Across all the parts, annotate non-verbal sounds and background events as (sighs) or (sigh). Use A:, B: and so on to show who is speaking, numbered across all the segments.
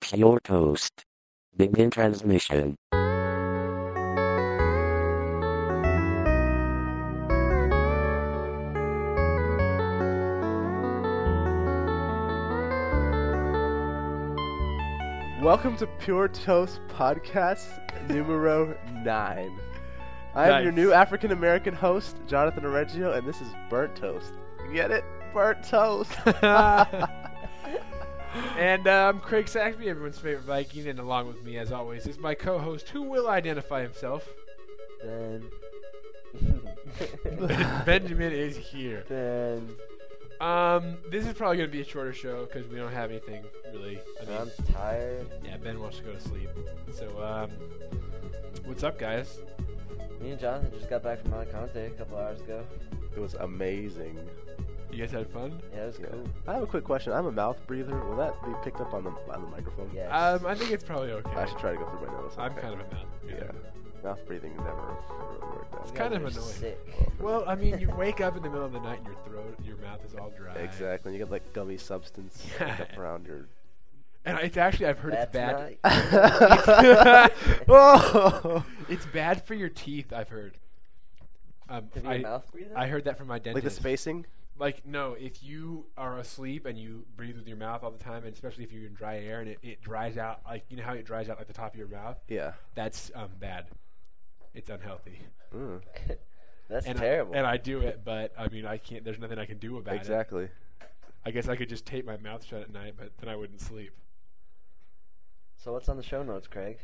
A: slash your toast. Begin transmission.
B: Welcome to Pure Toast Podcast numero 9. I am your
C: Nice.
B: new African American host, Jonathan Oreggio, and this is Burnt Toast. Get it? Burnt
C: (laughs)
B: Toast. (laughs)
C: and uh, I'm Craig Saxby, everyone's favorite Viking, and along with me, as always, is my co-host, who will identify himself.
D: Then.
C: Benjamin is here.
D: then.
C: Um, this is probably going to be a shorter show because we don't have anything really. I mean,
D: I'm tired.
C: yeah, Ben wants to go to sleep. So, um, what's up, guys?
D: Me and Jonathan just got back from Alicante a couple hours ago.
B: it was amazing.
C: You guys had fun?
D: Yeah, it was
B: Yeah.
D: cool.
B: I have a quick question. I'm a mouth breather. Will that be picked up on the, on the microphone?
D: Yes.
C: Um, I think it's probably okay.
B: I should try to go through my nose.
C: I'm
B: Okay.
C: kind of a mouth.
B: Yeah. Mouth breathing never, never really worked out.
D: You
C: it's
D: guys
C: kind of
D: are
C: annoying.
D: Sick.
C: (laughs) Well, I mean, you wake up in the middle of the night and your throat, your mouth is all dry.
B: Exactly. You got like gummy substance
C: Yeah.
B: up around your.
C: And it's actually, I've heard
D: That's Oh.
C: it's bad.
D: not.
C: (laughs)
D: (laughs)
B: Whoa!
C: It's bad for your teeth. I've heard. Um,
D: If your
C: I,
D: mouth breathing?
C: I heard that from my dentist.
B: like the spacing?
C: Like, no, if you are asleep and you breathe with your mouth all the time, and especially if you're in dry air and it, it dries out, like you know how it dries out like the top of your mouth.
B: Yeah.
C: That's um, bad. It's unhealthy.
B: Mm,
D: (laughs) That's
C: And I-
D: terrible.
C: and I do it, but I mean, I can't. There's nothing I can do about it.
B: exactly.
C: I guess I could just tape my mouth shut at night, but then I wouldn't sleep.
D: so what's on the show notes, Craig?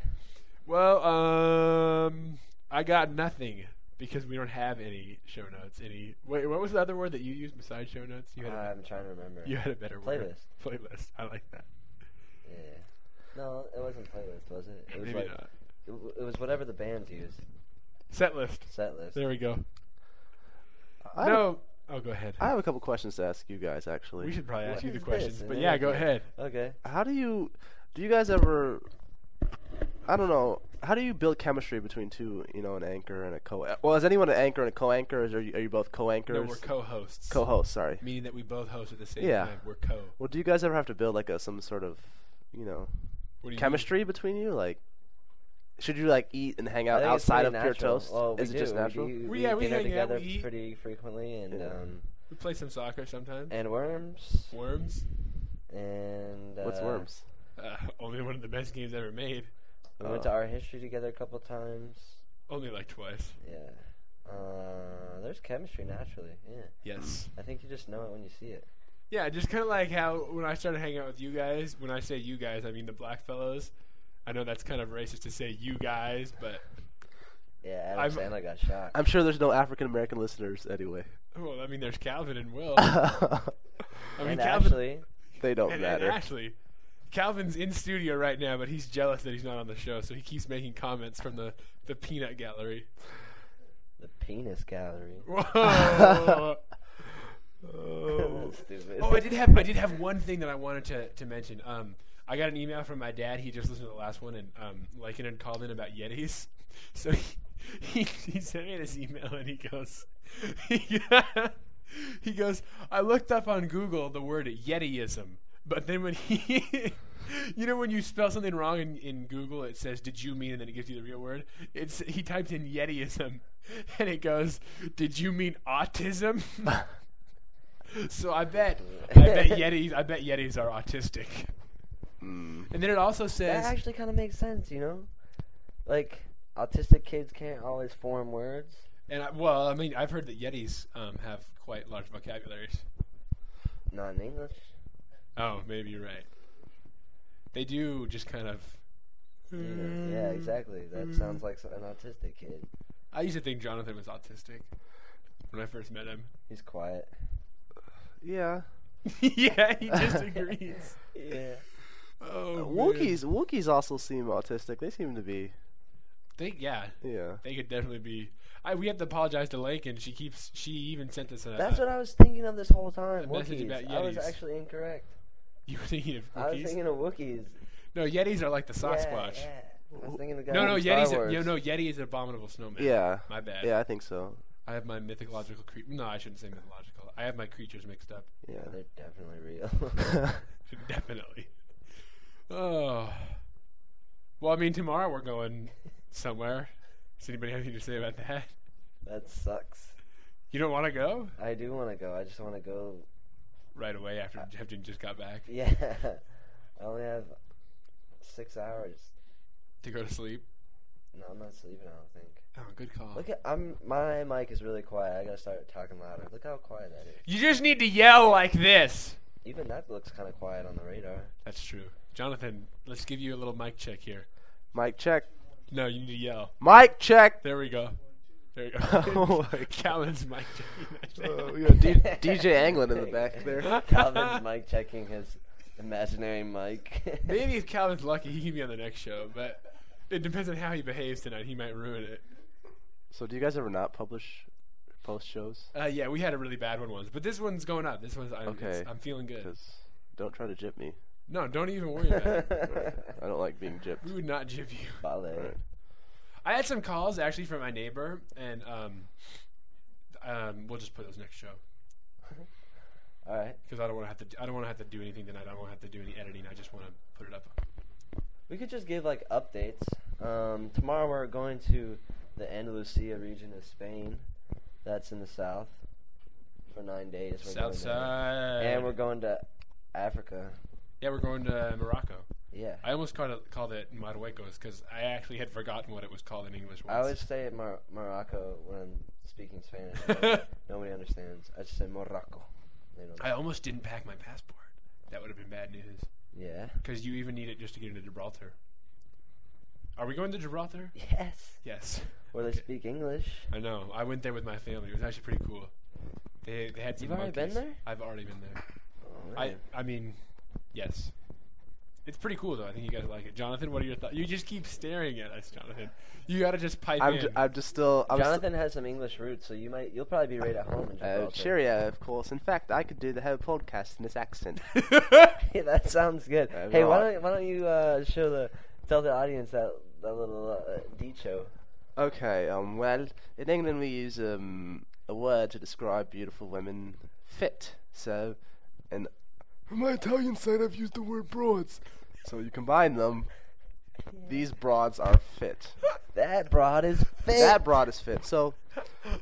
C: Well, um, I got nothing because we don't have any show notes. Any wait, what was the other word that you used besides show notes? You had a,
D: I'm trying to remember.
C: you had a better word.
D: Uh, Playlist.
C: Playlist. I like that.
D: Yeah. No, it wasn't playlist, was it? It was
C: Maybe
D: like
C: not.
D: it, w- it was whatever the bands used.
C: Set list.
D: Set list.
C: There we go.
B: I have a
C: no. Oh, go ahead.
B: I have a couple questions to ask you guys actually.
C: we should probably ask
D: What
C: you the
D: is this?
C: questions,
D: And
C: but
D: then
C: yeah,
D: I
C: go
D: can-
C: ahead.
D: Okay.
B: How do you do you guys ever I don't know, how do you build chemistry between two, you know, an anchor and a co Well, is anyone an anchor and a co-anchor? Or are you, are you both co-anchors?
C: No, we're co-hosts.
B: co-hosts, sorry.
C: meaning that we both host at the same
B: Yeah.
C: time. We're co.
B: Well, do you guys ever have to build like a some sort of, you know,
C: What do you
B: chemistry between you like should you like eat and hang
D: I
B: out
D: think it's
B: outside
D: pretty
B: of pure
D: natural.
B: toast?
D: Well, we
B: is it just
D: do. We
B: natural?
D: do-
C: We-
D: We,
C: yeah, we
D: dinner
C: hang out,
D: together
C: we eat.
D: pretty frequently, and
B: Yeah.
D: um,
C: mean? We play some soccer sometimes.
D: and worms,
C: Worms.
D: and uh,
B: What's worms?
C: Uh, only one of the best games ever made.
D: We went to
B: Oh.
D: art history together a couple times.
C: Only like twice.
D: Yeah. Uh, there's chemistry naturally. Yeah.
C: Yes.
D: I think you just know it when you see it.
C: Yeah, just kind of like how when I started hanging out with you guys, when I say you guys, I mean the black fellows. I know that's kind of racist to say you guys, but
D: Yeah. Adam
C: I'm-
D: Sandler got shot.
B: I'm sure there's no African American listeners anyway.
C: well, I mean there's Calvin and Will. I
B: they
C: mean
D: and
C: Calvin
D: actually,
B: (laughs) don't
C: and, and
B: matter.
C: Ashley. Calvin's in studio right now, but he's jealous that he's not on the show, so he keeps making comments from the the peanut gallery. (laughs)
D: the penis gallery.
C: Whoa.
B: Oh.
D: That's stupid.
C: Oh, I did have I did have one thing that I wanted to, to mention. Um, I got an email from my dad. He just listened to the last one and um, like and called in about Yetis. (laughs) So he, he he sent me this email and he goes (laughs) he, he goes I looked up on Google the word Yetiism, but then when he (laughs) you know when you spell something wrong in, in Google it says did you mean and then it gives you the real word. It's he typed in Yetiism (laughs) and it goes did you mean autism? (laughs) So I
D: (laughs)
C: bet, I bet Yetis, I bet Yetis are autistic.
B: Mm.
C: And then it also
D: (laughs) That
C: says,
D: actually kind of makes sense, you know. Like autistic kids can't always form words.
C: and I, well, I mean, I've heard that Yetis um, have quite large vocabularies.
D: Not in English.
C: Oh, maybe you're right. They do just kind of. Hmm.
D: you know? Yeah, exactly. That sounds like so- an autistic kid.
C: I used to think Jonathan was autistic when I first met him. (laughs)
D: He's quiet.
B: Yeah.
C: yeah, he
D: (laughs)
C: just agrees.
D: Yeah. Uh,
C: Oh, man.
B: Wookiees Wookiees also seem autistic. They seem to be
C: They, yeah,
B: yeah.
C: they could definitely be. I, we have to apologize to Lincoln. She keeps. She even sent us a.
D: That's what I was thinking of this whole time.
C: A message about
D: Wookiees. I was
C: Yetis.
D: actually incorrect.
C: (laughs) you were thinking of.
D: I was
C: Wookiees?
D: thinking of Wookiees.
C: no, Yetis are like the
D: Yeah,
C: Sasquatch.
D: yeah. I was thinking of the guy
C: No, no,
D: from Star
C: Yeti's. A,
D: Wars.
C: yo, no, Yeti is an abominable snowman.
B: Yeah.
C: my bad.
B: Yeah, I think so.
C: I have my mythological creature. No, I shouldn't say mythological. I have my creatures mixed up. (laughs)
B: Yeah.
D: They're definitely real.
C: Definitely. Oh. Well, I mean, tomorrow we're going somewhere. Does anybody have anything to say about that?
D: That sucks.
C: You don't want to go
D: I do want to go. I just want to go.
C: right away after
D: Uh,
C: Jefton just got back
D: Yeah. (laughs) I only have six hours.
C: to go to sleep.
D: No, I'm not sleeping. I don't think.
C: Oh, good call.
D: Look at I'm my mic is really quiet. I gotta start talking louder. Look how quiet that is.
C: You just need to yell like this.
D: Even that looks kind of quiet on the radar.
C: That's true. Jonathan, let's give you a little mic check here.
B: Mic check.
C: No, you need to yell.
B: Mic check.
C: There we go. There you go.
B: (laughs) Oh
C: (laughs)
B: my God.
C: Calvin's mic check.
B: Uh, we
D: (laughs)
B: got D- (laughs) DJ Anglin in the (laughs) back there.
D: Calvin's mic checking his imaginary mic.
C: Maybe if Calvin's lucky, he can be on the next show, but it depends on how he behaves tonight. He might ruin it.
B: So, do you guys ever not publish post shows?
C: Uh, yeah, we had a really bad one once, but this one's going up. This one's I'm,
B: Okay.
C: it's- I'm feeling good.
B: Because don't try to jip me.
C: No, don't even worry
B: (laughs)
C: about it.
B: I don't like being jipped.
C: (laughs) We would not jib you.
D: (laughs) Ballet.
C: I had some calls actually from my neighbor, and um, um, we'll just put those next show
D: All right,
C: because I don't want to have to. I don't want to have to do anything tonight. I don't want to have to do any editing. I just want to put it up.
D: we could just give like updates. Um, tomorrow we're going to the Andalusia region of Spain. That's in the south for nine days. We're
C: South
D: going to-
C: side.
D: and we're going to Africa.
C: yeah, we're going to Morocco.
D: Yeah,
C: I almost called it called it Marruecos because I actually had forgotten what it was called in English. Once.
D: I always say at Mar- Morocco when I'm speaking
C: (laughs)
D: Spanish. but nobody understands. I just say Morocco. They don't.
C: I almost didn't pack my passport. That would have been bad news
D: yeah.
C: because you even need it just to get into Gibraltar. Are we going to Gibraltar?
D: Yes.
C: Yes.
D: Where they speak English.
C: I know. I went there with my family. It was actually pretty cool. They they had some.
D: You've already been
C: monkeys.
D: there?
C: I've already been there.
D: Oh,
C: I
D: man.
C: I mean, yes. It's pretty cool though. I think you guys like it. Jonathan, what are your thoughts? You just keep staring at us, Jonathan. You gotta just pipe
B: I'm,
C: in.
B: ju- I'm just still. I'm st-
D: Jonathan has some English roots, so you might you'll probably be right at home in
B: Uh,
D: Gibraltar.
B: cheerio, of course. In fact, I could do the whole podcast in this (laughs) accent.
D: (laughs) Hey, that sounds good.
B: Uh,
D: hey,
B: no,
D: why
B: I-
D: don't why don't you uh, show the tell the audience that that little uh, dicho?
B: okay, um, well, in England we use um, a word to describe beautiful women fit. So, and on my Italian side I've used the word broads. So you combine them, these broads are
D: (laughs)
B: fit.
D: That broad is fit.
B: That broad is fit. So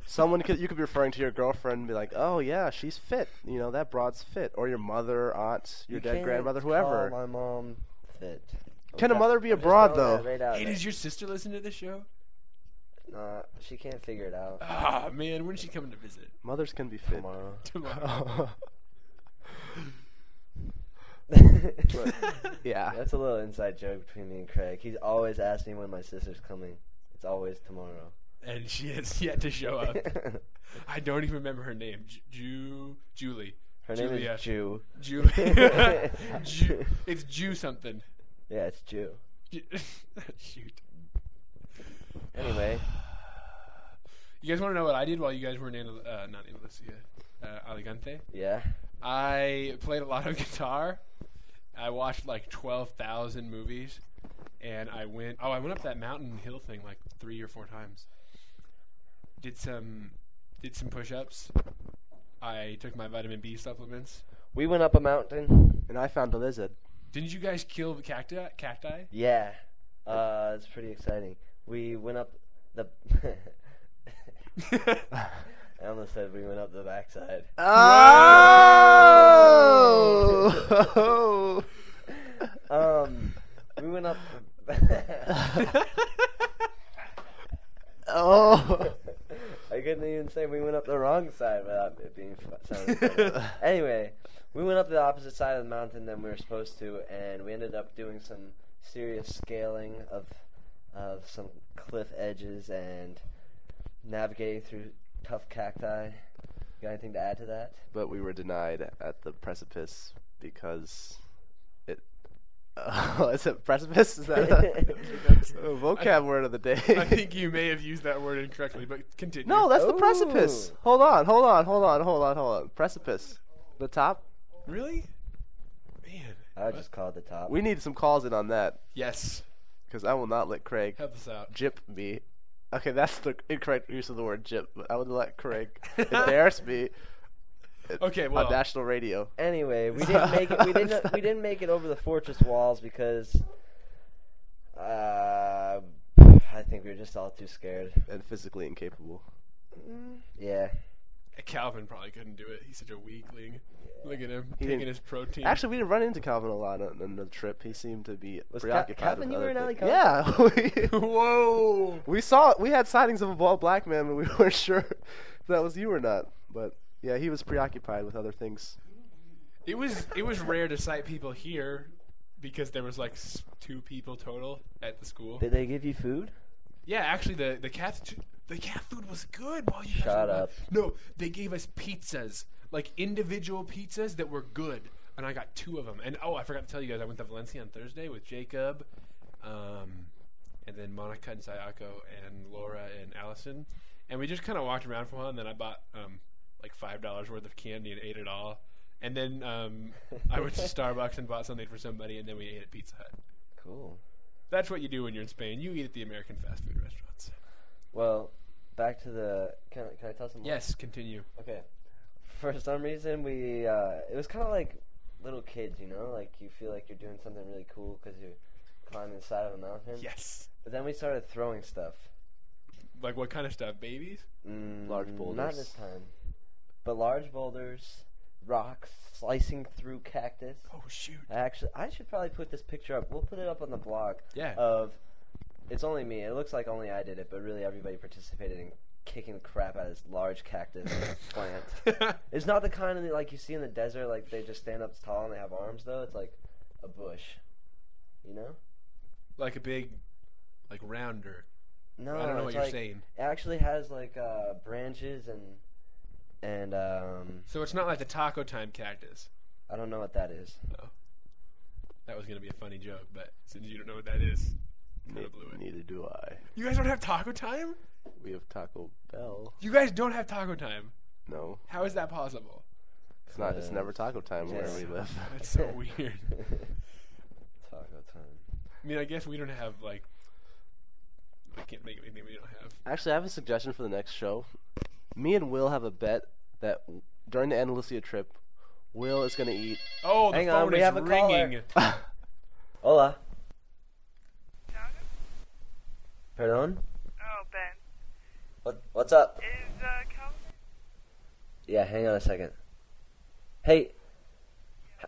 B: someone could you could be referring to your girlfriend and be like, "Oh yeah, she's fit." You know, that broad's fit or your mother, aunt, your
D: You
B: dead
D: can't
B: grandmother,
D: call
B: whoever.
D: my mom fit.
B: Can a
D: Okay.
B: mother be
D: I'm
B: a
D: just
B: broad
D: throwing
B: though?
D: that Right out
C: hey,
D: there.
C: does your sister listen to this show?
D: Nah, she can't figure
B: (laughs)
D: it out
C: Ah, man, when's she coming to visit? (laughs)
B: Mothers can be fit.
D: tomorrow. (laughs)
C: Tomorrow.
B: (laughs) yeah.
D: (laughs) That's a little inside joke between me and Craig. He's always asking me when my sister's coming. It's always tomorrow.
C: and she has yet to show
D: (laughs)
C: up. I don't even remember her name. Ju- Ju Julie.
D: Her name
C: Julia.
D: is Jew.
C: Julie.
D: (laughs)
C: Ju- it's Jew something.
D: Yeah, it's Jew.
B: (sighs)
C: Ju- (laughs) Shoot.
D: Anyway,
C: You guys want to know what I did while you guys were in Anal- uh, not Andalusia, uh, Alicante?
D: yeah.
C: I played a lot of (laughs) guitar. I watched like twelve thousand movies, and I went. Oh, I went up that mountain hill thing like three or four times. Did some, did some push-ups. I took my vitamin B supplements.
D: We went up a mountain.
B: And I found a lizard.
C: Didn't you guys kill the cacti? Cacti?
D: (laughs)
C: (laughs)
D: Yeah. Uh, it's pretty exciting. We went up the. (laughs) I almost said we went up the backside.
B: Ah.
C: (laughs)
B: Oh!
D: Um, we went up.
B: (laughs)
D: (laughs)
B: oh!
D: (laughs) I couldn't even say we went up the wrong side without it being fu- sounding funny.
B: (laughs)
D: anyway, we went up the opposite side of the mountain than we were supposed to, and we ended up doing some serious scaling of of some cliff edges and navigating through tough cacti. Got anything to add to that?
B: But we were denied at the precipice because it. oh, (laughs) is it precipice? Is that
C: (laughs)
B: a, a vocab word of the day?
C: I think you may have used that word incorrectly, but
B: (laughs)
C: continue.
B: no, that's the
C: Oh.
B: precipice.
D: Ooh.
B: Hold on, hold on, hold on, hold on, hold on. Precipice. The top.
C: really, man.
D: I would just call it the top.
B: We need some calls in on that
C: Yes,
B: because I will not let Craig
C: help us out.
B: jip me.
D: (laughs)
B: Okay, that's the incorrect use of the word jip. But I would let Craig embarrass me
C: Okay,
B: on
C: well-
B: national radio.
D: Anyway, we didn't make (laughs) it. We didn't. we didn't make it over the fortress walls because, uh, I think we were just all too scared.
B: And physically incapable.
D: Yeah.
C: (laughs) Calvin probably couldn't do it. He's such a weakling. Look at him
B: He
C: taking
B: didn't-
C: his protein.
B: Actually, we didn't run into Calvin a lot on, on the trip. He seemed to be
D: Was Ca-
B: preoccupied.
D: Calvin,
B: with
D: you
B: other
D: were in
B: things.
D: Alley
B: Yeah. (laughs)
D: (laughs)
B: we-
C: whoa.
B: We saw we had sightings of a bald black man, but we (laughs) weren't sure if that was you or not. But yeah, he was preoccupied with other things.
C: It was it was rare to sight people here because there was like s- two people total at the school.
D: Did they give you food?
C: Yeah, actually, the the cat the cat food was good. While you guys
D: Shut
C: were gone.
D: up.
C: No, they gave us pizzas, like individual pizzas that were good, and I got two of them. And oh, I forgot to tell you guys, I went to Valencia on Thursday with Jacob, um, and then Monica and Sayako and Laura and Allison, and we just kind of walked around for a while, and then I bought um, like five dollars worth of candy and ate it all. And then um, I
D: (laughs)
C: went to Starbucks and bought something for somebody, and then we ate at Pizza Hut.
D: Cool.
C: That's what you do when you're in Spain. You eat at the American fast food restaurants.
D: Well, back to the. Can I, can I tell some? more?
C: Yes, continue.
D: Okay. For some reason, we uh, it was kind of like little kids, you know, like you feel like you're doing something really cool because you're climbing the side of a mountain.
C: Yes.
D: But then we started throwing stuff.
C: Like what kind of stuff? Babies?
D: Mm,
B: Large
D: Not
B: boulders.
D: this time. But large boulders, rocks, slicing through cactus.
C: Oh shoot.
D: I actually, I should probably put this picture up. We'll put it up on the blog.
C: Yeah.
D: Of, it's only me. It looks like only I did it, but really everybody participated in kicking the crap out of this
C: (laughs)
D: large cactus plant. It's not the kind of that, like you see in the desert, like they just stand up tall and they have arms though. It's like a bush, you know?
C: (laughs) like a big like rounder.
D: No,
C: I don't know
D: Oh, it's
C: what you're
D: like-
C: saying.
D: It actually has like uh, branches and and um,
C: So it's not like the taco time cactus.
D: I don't know what that is.
C: That was gonna be a funny joke, but since you don't know what that is, kinda blew it.
B: Neither do I.
C: You guys don't have taco time?
B: We have Taco Bell.
C: You guys don't have taco time.
B: No,
C: How is that possible?
B: it's not. It's never Taco time where
D: Yes.
B: we live. (laughs)
C: That's
D: (laughs)
C: so weird.
D: Taco time.
C: I mean I guess we don't have like I can't think of anything we don't have.
B: Actually, I have a suggestion for the next show. Me and Will have a bet that during the Andalusia trip, Will is going to
D: (laughs)
B: eat. (laughs)
C: Oh the
D: Hang on,
C: phone
D: we
C: is
D: have a caller. (laughs)
C: ringing.
D: Hola.
E: Jonathan?
D: Perdón.
E: Oh, Ben.
D: What what's up?
E: Is uh, Calvin?
D: Yeah, hang on a second. Hey, h-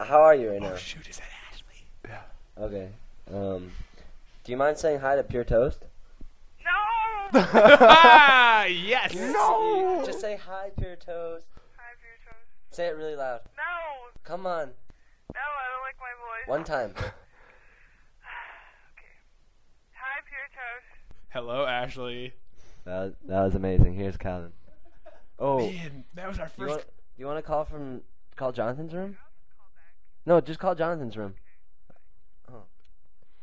D: how are you right now?
C: Oh shoot, is that Ashley?
D: Okay. Um, do you mind saying hi to Pure Toast?
B: (laughs)
E: No!
B: Oh,
C: ah yes!
D: No. Just say hi, Pure Toast.
E: Hi, Beer Toast.
D: Say it really loud.
E: No!
D: Come on,
E: No, I don't like my voice.
D: one time.
E: Okay. Hi, Beer Toast.
C: Hello, Ashley.
D: (laughs) That was, that was amazing. Here's Calvin. Oh, you
C: Man, that was our first
D: want you want to call from call Jonathan's room? No, just call Jonathan's room.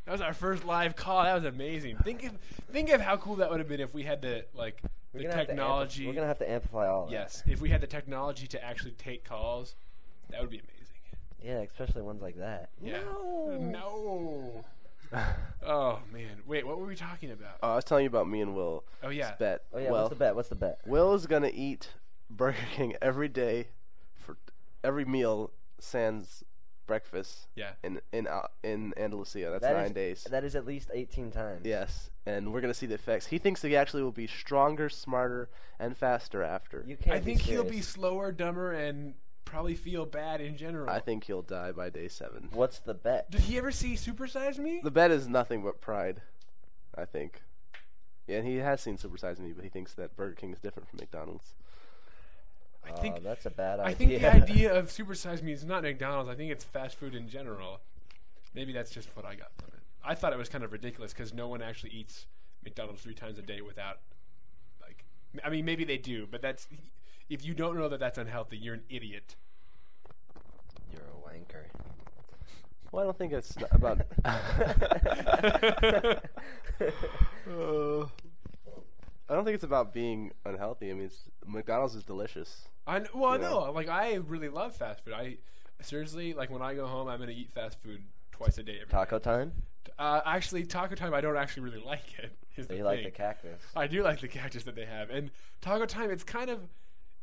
C: That was our first live call. That was amazing. Think of think of how cool that would have been if we had the like
D: We're
C: the
D: gonna have to ampli-
C: technology.
D: we're gonna have to amplify all. Of that.
C: yes, if we had the technology to actually take calls, that would be amazing.
D: Yeah, especially ones like that.
C: Yeah. No.
D: (sighs)
C: No. oh man. Wait, what were we talking about?
B: Oh, I was telling you about me and Will.
C: Oh yeah.
B: Bet.
D: Oh yeah,
B: well,
D: what's the bet? What's the bet?
B: Will is gonna eat Burger King every day for every meal, sans breakfast
C: Yeah.
B: in in uh, in Andalusia. That's
D: That
B: nine
D: is-
B: days.
D: That is at least 18 times.
B: yes, and we're gonna see the effects. He thinks he actually will be stronger, smarter, and faster after.
D: You can't
C: I think
D: be
C: he'll be
D: serious.
C: slower, dumber, and probably feel bad in general.
B: I think he'll die by day seven.
D: What's the bet?
C: Did he ever see Supersize Me?
B: The bet is nothing but pride. I think. Yeah, and he has seen Super Size Me, but he thinks that Burger King is different from McDonald's.
C: I think
D: oh, that's a bad idea.
C: I think the idea of supersize me is not McDonald's. I think it's fast food in general. Maybe that's just what I got from it. I thought it was kind of ridiculous because no one actually eats McDonald's three times a day without, like, I mean, maybe they do, but that's if you don't know that that's unhealthy, you're an idiot.
D: You're a wanker.
B: Well, I don't think it's not about. (laughs)
C: (laughs)
B: Uh, I don't think it's about being unhealthy. I mean, it's, McDonald's is delicious.
C: I kn- well,
B: Yeah.
C: no, like I really love fast food. I seriously like when I go home, I'm gonna eat fast food twice a day. Every
D: (laughs) Taco time?
C: Uh, actually, taco time. I don't actually really (laughs) like it. Is
D: Do
C: the
D: you like
C: thing.
D: the cactus?
C: I do like the cactus that they have, and Taco Time. It's kind of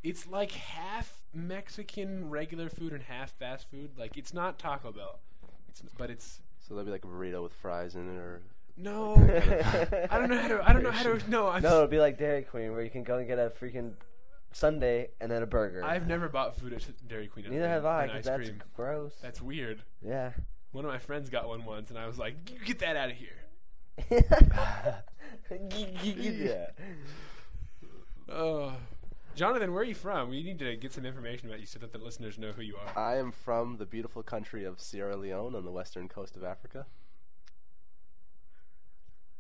C: It's like half Mexican regular food and half fast food. Like it's not Taco Bell, it's, but it's
B: So there'll be like a burrito with fries in it, or
D: (laughs)
C: no. I don't know how to. I don't know how to. No, I'm,
D: No, it'll be like Dairy Queen, where you can go and get a freaking Sunday and then a burger.
C: I've never bought food at Dairy Queen.
D: Neither
C: and-
D: have I,
C: and
D: 'cause
C: ice
D: that's
C: cream.
D: gross.
C: That's weird. (laughs)
D: yeah. (laughs)
C: One of my friends got one once, and I was like, "You "Get that out of here!"
D: yeah.
C: Oh. Jonathan, where are you from? We need to get some information about you so that the listeners know who you are.
B: I am from the beautiful country of Sierra Leone on the western coast of Africa.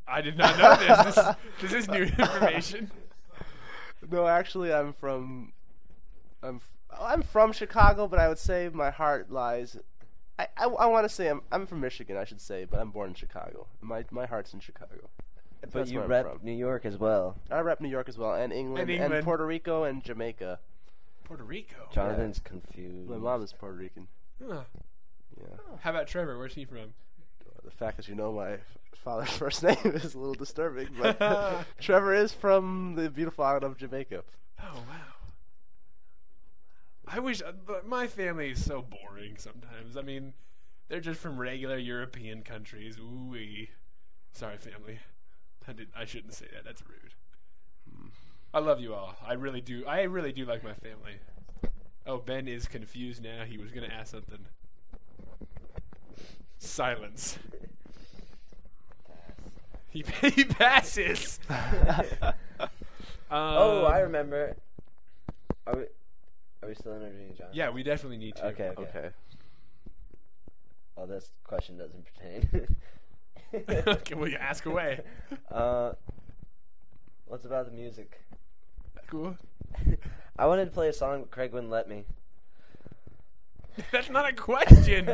C: I did not know this. This, this is
D: (laughs)
C: new information.
B: No, actually, I'm from I'm f- I'm from Chicago, but I would say my heart lies. I, I, I want to say I'm I'm from Michigan, I should say, but I'm born in Chicago. My my heart's in Chicago.
D: But
B: That's
D: you
B: where I'm
D: rep
B: from.
D: New York as well.
B: I rep New York as well, and England,
C: And England.
B: Puerto Rico, and Jamaica.
C: Puerto Rico.
D: Jonathan's confused.
B: My mom is Puerto Rican.
C: Huh.
B: Yeah.
C: How about Trevor? Where's he from?
B: The fact that you know my f- father's (laughs) first name is a little disturbing,
D: (laughs)
B: but Trevor is from the beautiful island of Jamaica.
C: Oh wow. I wish uh, but my family is so boring sometimes. I mean, they're just from regular European countries. Ooh, sorry, family. I did. I shouldn't say that. That's rude. I love you all. I really do. I really do like my family. Oh, Ben is confused now. He was gonna ask something. Silence. He, (laughs) he
D: (laughs)
C: passes.
D: oh,
C: Um,
D: I remember. Are we, are we still interviewing John?
C: Yeah, we definitely need to.
D: Okay. Okay.
B: Okay.
D: Well, this question doesn't pertain.
C: (laughs) okay, well, you ask away.
D: (laughs) uh, what's about the music?
C: Cool.
D: I wanted to play a song, but Craig wouldn't let me.
C: (laughs)
D: (laughs)
C: That's not a question.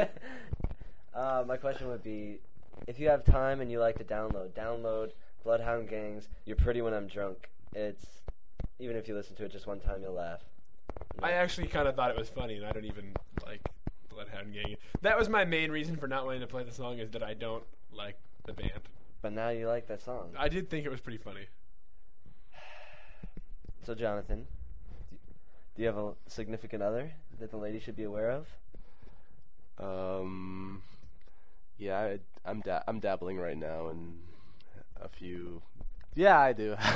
D: Uh, my question would be, if you have time and you like to download, download Bloodhound Gangs. You're pretty when I'm drunk. It's even if you listen to it just one time, you'll laugh.
C: I actually kind of thought it was funny, and I don't even like Bloodhound Gang. That was my main reason for not wanting to play the song is that I don't like the band.
D: But now you like that song.
C: I did think it was pretty funny.
D: So Jonathan, do you have a significant other that the lady should be aware of?
B: Um, yeah, I, I'm da- I'm dabbling right now in a few. Yeah, I do. (laughs)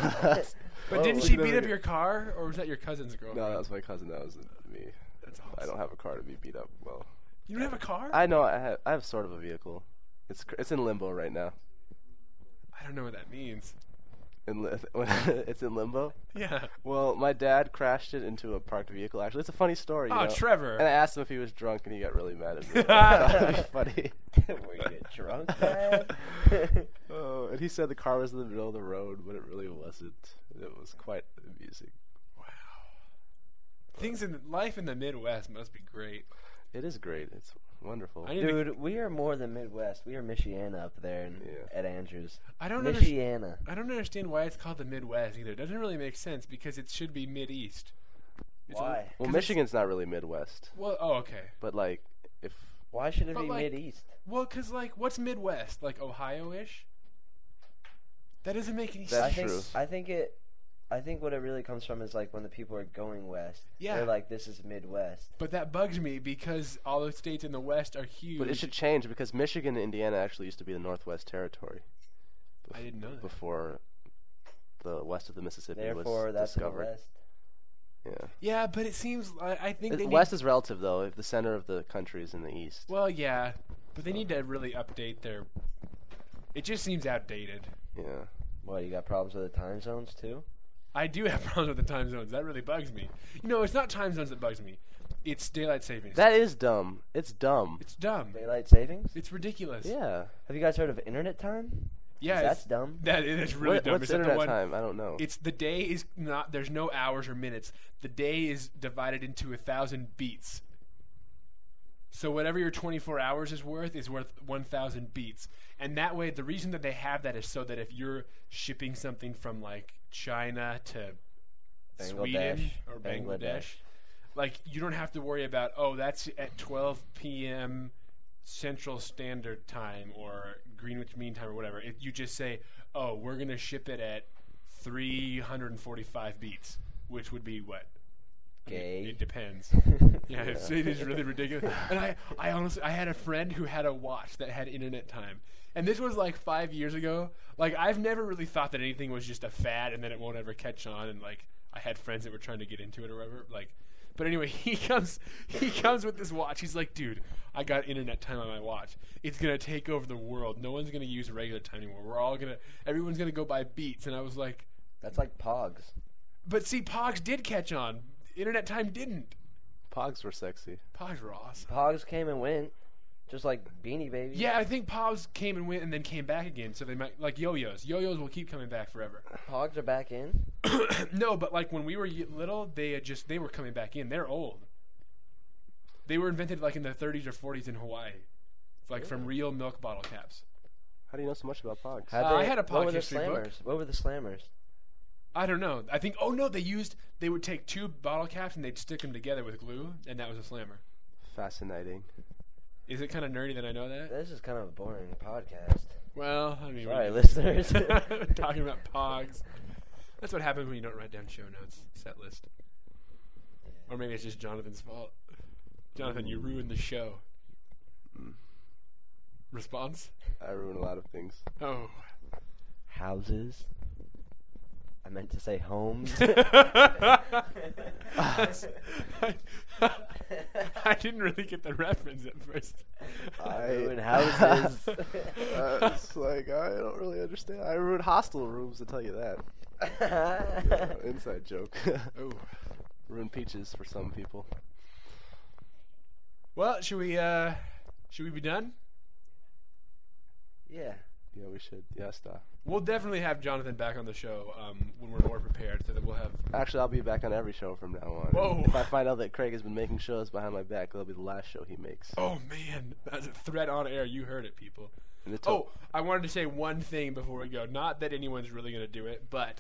C: But
D: Oh,
C: didn't
D: we
C: she
B: never
C: beat up
B: get-
C: your car, or was that your cousin's girl?
B: no, that was my cousin. That was me.
C: That's awesome.
B: I don't have a car to be beat up. Well,
C: You don't have a car?
B: I know I have. I have sort of a vehicle. It's cr- it's in limbo right now.
C: I don't know what that means.
B: In li- (laughs) when it's in limbo.
C: Yeah.
B: Well, my dad crashed it into a parked vehicle. Actually, it's a funny story. you
C: Oh,
B: know?
C: Trevor.
B: (laughs) And I asked him if he was drunk, and he got really mad
C: (laughs)
B: at me. (laughs) That'd be funny.
D: Were you drunk? Dad?
B: Oh, and he said the car was in the middle of the road, but it really wasn't. It was quite amusing.
C: Things in life in the Midwest must be great.
B: It is great. It's wonderful.
C: I need to,
D: Dude, we are more than Midwest. We are Michiana up there in,
B: Yeah.
D: at Andrews.
C: I don't understand.
D: Michiana.
C: I don't understand why it's called the Midwest either. It doesn't really make sense because it should be Mid East.
D: Why?
B: well, Michigan's not really Midwest,
C: Well, oh, okay.
B: but like if
D: Why should it
C: But
D: be
C: like-
D: Mid East?
C: Well, because, like, what's Midwest? Like, Ohio ish? That doesn't make any
B: That's
D: I
C: sense.
D: think
B: true.
D: I think it. I think what it really comes from is like when the people are going west.
C: Yeah.
D: They're like, this is Midwest.
C: But that bugs me because all the states in the West are huge.
B: but it should change because Michigan and Indiana actually used to be the Northwest Territory
C: I didn't know that.
B: before the west of the Mississippi
D: Therefore,
B: was
D: that's
B: discovered.
D: the west.
B: Yeah,
C: Yeah, but it seems. I, I think
B: It-
C: they
B: west is relative though. If the center of the country is in the east,
C: need. Well, yeah. But they need to really update their. It just seems outdated.
B: yeah.
D: What you got problems with the time zones too?
C: I do have (laughs) problems with the time zones. That really bugs me. You know, it's not time zones that bugs me. It's daylight savings.
B: That is dumb. It's dumb.
C: it's dumb.
D: Daylight savings.
C: It's ridiculous.
B: Yeah.
D: Have you guys heard of internet time?
C: Yeah, it's-
D: that's dumb.
C: That it is really
B: What-
C: dumb.
B: what's
C: Is that the
B: internet
C: one-
B: time? I don't know.
C: It's the day is not. There's no hours or minutes. The day is divided into a thousand beats. So whatever your 24 hours is worth is worth 1,000 beats. And that way, the reason that they have that is so that if you're shipping something from like China to Sweden
D: Bangladesh.
C: or
D: Bangladesh.
C: Bangladesh, like you don't have to worry about oh that's at 12 p.m. Central Standard Time or Greenwich Mean Time or whatever. It, you just say, "Oh, we're gonna ship it at 345 beats," which would be what
D: Gay.
C: It depends. Yeah, it's, it is really ridiculous. And I, I honestly, I had a friend who had a watch that had internet time, and this was like five years ago. Like I've never really thought that anything was just a fad and then it won't ever catch on. And like I had friends that were trying to get into it or whatever. Like, but anyway, (laughs) he comes, he comes with this watch. He's like, dude, I got internet time on my watch. It's gonna take over the world. No one's gonna use regular time anymore. We're all gonna, everyone's gonna go buy Beats. And I was like,
D: That's like Pogs.
C: but see, Pogs did catch on. Internet time didn't.
B: Pogs were sexy.
C: Pogs were awesome.
D: Pogs came and went, just like Beanie Babies.
C: Yeah, I think Pogs came and went and then came back again. So they might like yo-yos. Yo-yos will keep coming back forever. (clears throat)
D: Pogs are back in.
C: no, but like when we were y- little, they had just they were coming back in. They're old. They were invented like in the 30s or 40s in Hawaii, like from real milk bottle caps.
B: How do you know so much about Pogs?
D: How'd
C: Uh, I had a
D: What
C: Pog
D: were the
C: history book.
D: slammers? What were the slammers?
C: I don't know. I think oh no, they used they would take two bottle caps and they'd stick them together with glue, and that was a slammer.
B: Fascinating.
C: Is it kind of nerdy that I know that?
D: This is kind of a boring podcast.
C: Well, I mean,
D: Sorry,
C: we-
D: listeners.
C: talking about Pogs. That's what happens when you don't write down show notes, set list. Or maybe it's just Jonathan's fault. Jonathan, you ruined the show. Response?
B: I ruin a lot of things.
C: Oh.
D: (laughs) Houses. I meant to
B: (laughs)
D: say homes.
C: I, I didn't really get the reference at first.
B: I- (laughs)
D: Ruin houses. (laughs)
B: Uh, it's like I don't really understand. I ruin hostel rooms to tell you
D: (laughs)
B: that. Uh, inside joke. (laughs)
C: oh.
B: ruin peaches for some people.
C: Well, should we uh should we be done?
D: yeah.
B: Yeah, we should. Yeah, stop.
C: We'll definitely have Jonathan back on the show um, when we're more prepared so that we'll have
B: Actually, I'll be back on every show from now on.
C: Whoa.
B: If I find out that Craig has been making shows behind my back, that'll be the last show he makes.
C: Oh man, that's a threat on air. You heard it, people.
B: And it's
C: Oh, I wanted to say one thing before we go. Not that anyone's really going to do it, but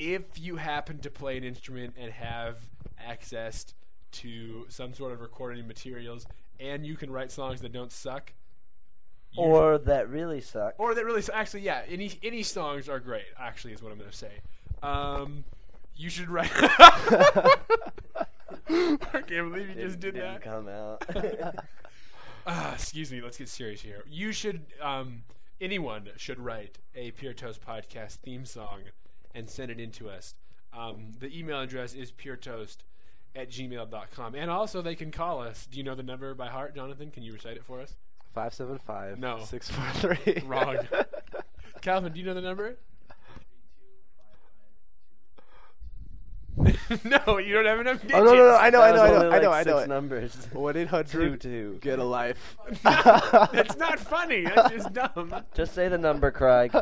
C: if you happen to play an instrument and have access to some sort of recording materials and you can write songs that don't suck you-
D: Or that really sucked.
C: or that really actually yeah, any any songs are great actually is what I'm going to say. Um you should
D: (laughs)
C: write (laughs) I can't believe you just did that.
D: didn't come out.
C: Ah, excuse me. Let's get serious here. You should, um, anyone should write a Pure Toast podcast theme song and send it in to us. Um, the email address is puretoast at gmail.com. And also, they can call us. Do you know the number by heart, Jonathan? Can you recite it for us?
B: Five seven five.
C: No.
B: Six four
D: (laughs)
B: three.
C: Wrong. Calvin, do you know the number? (laughs) no, you don't have enough digits.
B: (laughs) oh no no (laughs) no! I know
D: (laughs)
B: I know I
D: That was
B: know
D: only,
B: I know
D: like,
B: I know
D: six
B: it.
D: Numbers.
B: (laughs) One eight
D: two
B: hundred.
D: two.
B: Get a
D: (laughs)
B: life.
C: That's not funny. That's just dumb.
D: Just say the number, Craig.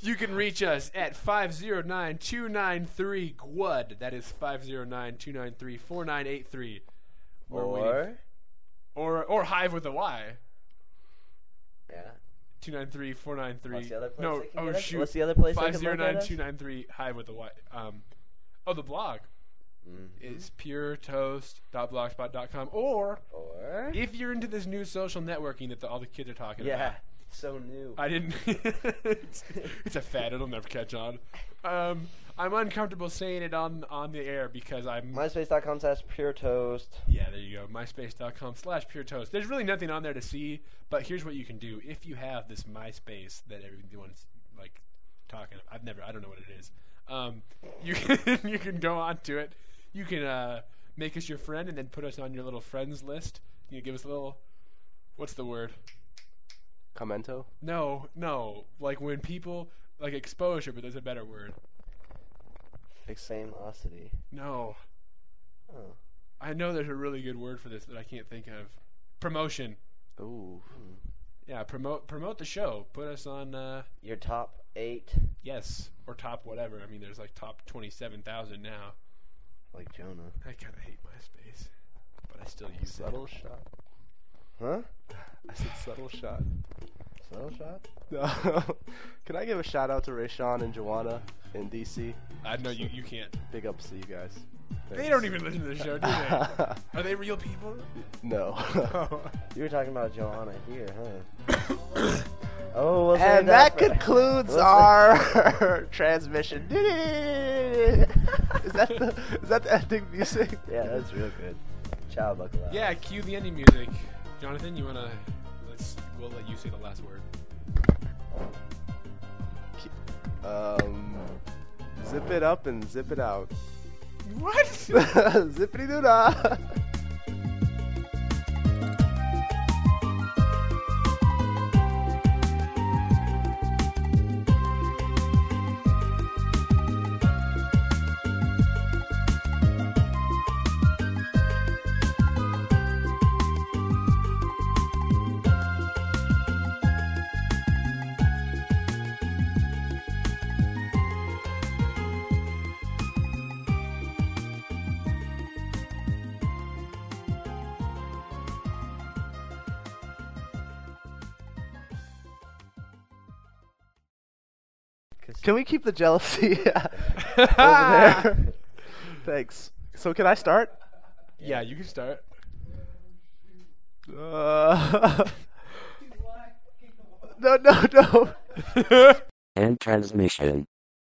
C: You can reach us at 509-293-GWUD. That is 509-293-4983. We're waiting.
D: (laughs) or
C: Or, or Hive with a Y.
D: yeah.
C: 293-493.
D: What's the other place
C: no,
D: they can
C: oh
D: get us?
C: shoot.
D: What's the other place they can look at us?
C: 509-293-Hive with a Y. Um, oh, the blog
D: Mm-hmm.
C: is puretoast.blogspot.com. Or
D: Or
C: if you're into this new social networking that the, all the kids are talking about.
D: yeah. So new.
C: I didn't. (laughs) it's, it's a fad. It'll never catch on. Um, I'm uncomfortable saying it on on the air because I'm.
D: MySpace.com slash pure toast.
C: yeah, there you go. MySpace.com slash pure toast. There's really nothing on there to see, but here's what you can do if you have this MySpace that everyone's like talking. About. I've never. I don't know what it is. Um, you (laughs) can you can go on to it. You can uh, make us your friend and then put us on your little friends list. You can give us a little. What's the word?
B: (laughs) Commento.
C: No, no. Like when people like exposure, but there's a better word.
D: Famosity.
C: No,
D: Oh.
C: I know there's a really good word for this that I can't think of. Promotion.
B: Ooh.
C: Yeah, promote promote the show. Put us on uh
D: Your top eight,
C: yes or top whatever. I mean, there's like top twenty seven thousand now.
D: like Jonah.
C: I kind of hate MySpace, but I still use
B: Subtle shot.
D: Huh?
B: (laughs) I said subtle shot.
D: Slow shot.
B: No. (laughs) Can I give a shout out to Rayshawn and Joanna in DC?
C: it. I know you you can't.
B: Big ups to you guys.
C: They don't e- even listen to the show, do they? Are they real people?
B: (laughs) no.
D: You were talking about Joanna here, huh? (coughs) oh, well, We'll save
B: And that
D: for-
B: concludes
D: we'll sa-
B: our (laughs) transmission. is that the is that the ending music?
D: Yeah, that's real good. Ciao, buckle up.
C: Yeah, cue the ending music. Jonathan, you wanna? Let's. We'll let you say the last word.
B: Um, zip it up and zip it out. (laughs)
C: What?
B: Zippity doo dah. Can we keep the jealousy (laughs) over there? (laughs) Thanks. So can I start?
C: yeah, you can start.
B: Uh, (laughs) no, no, no.
A: End transmission.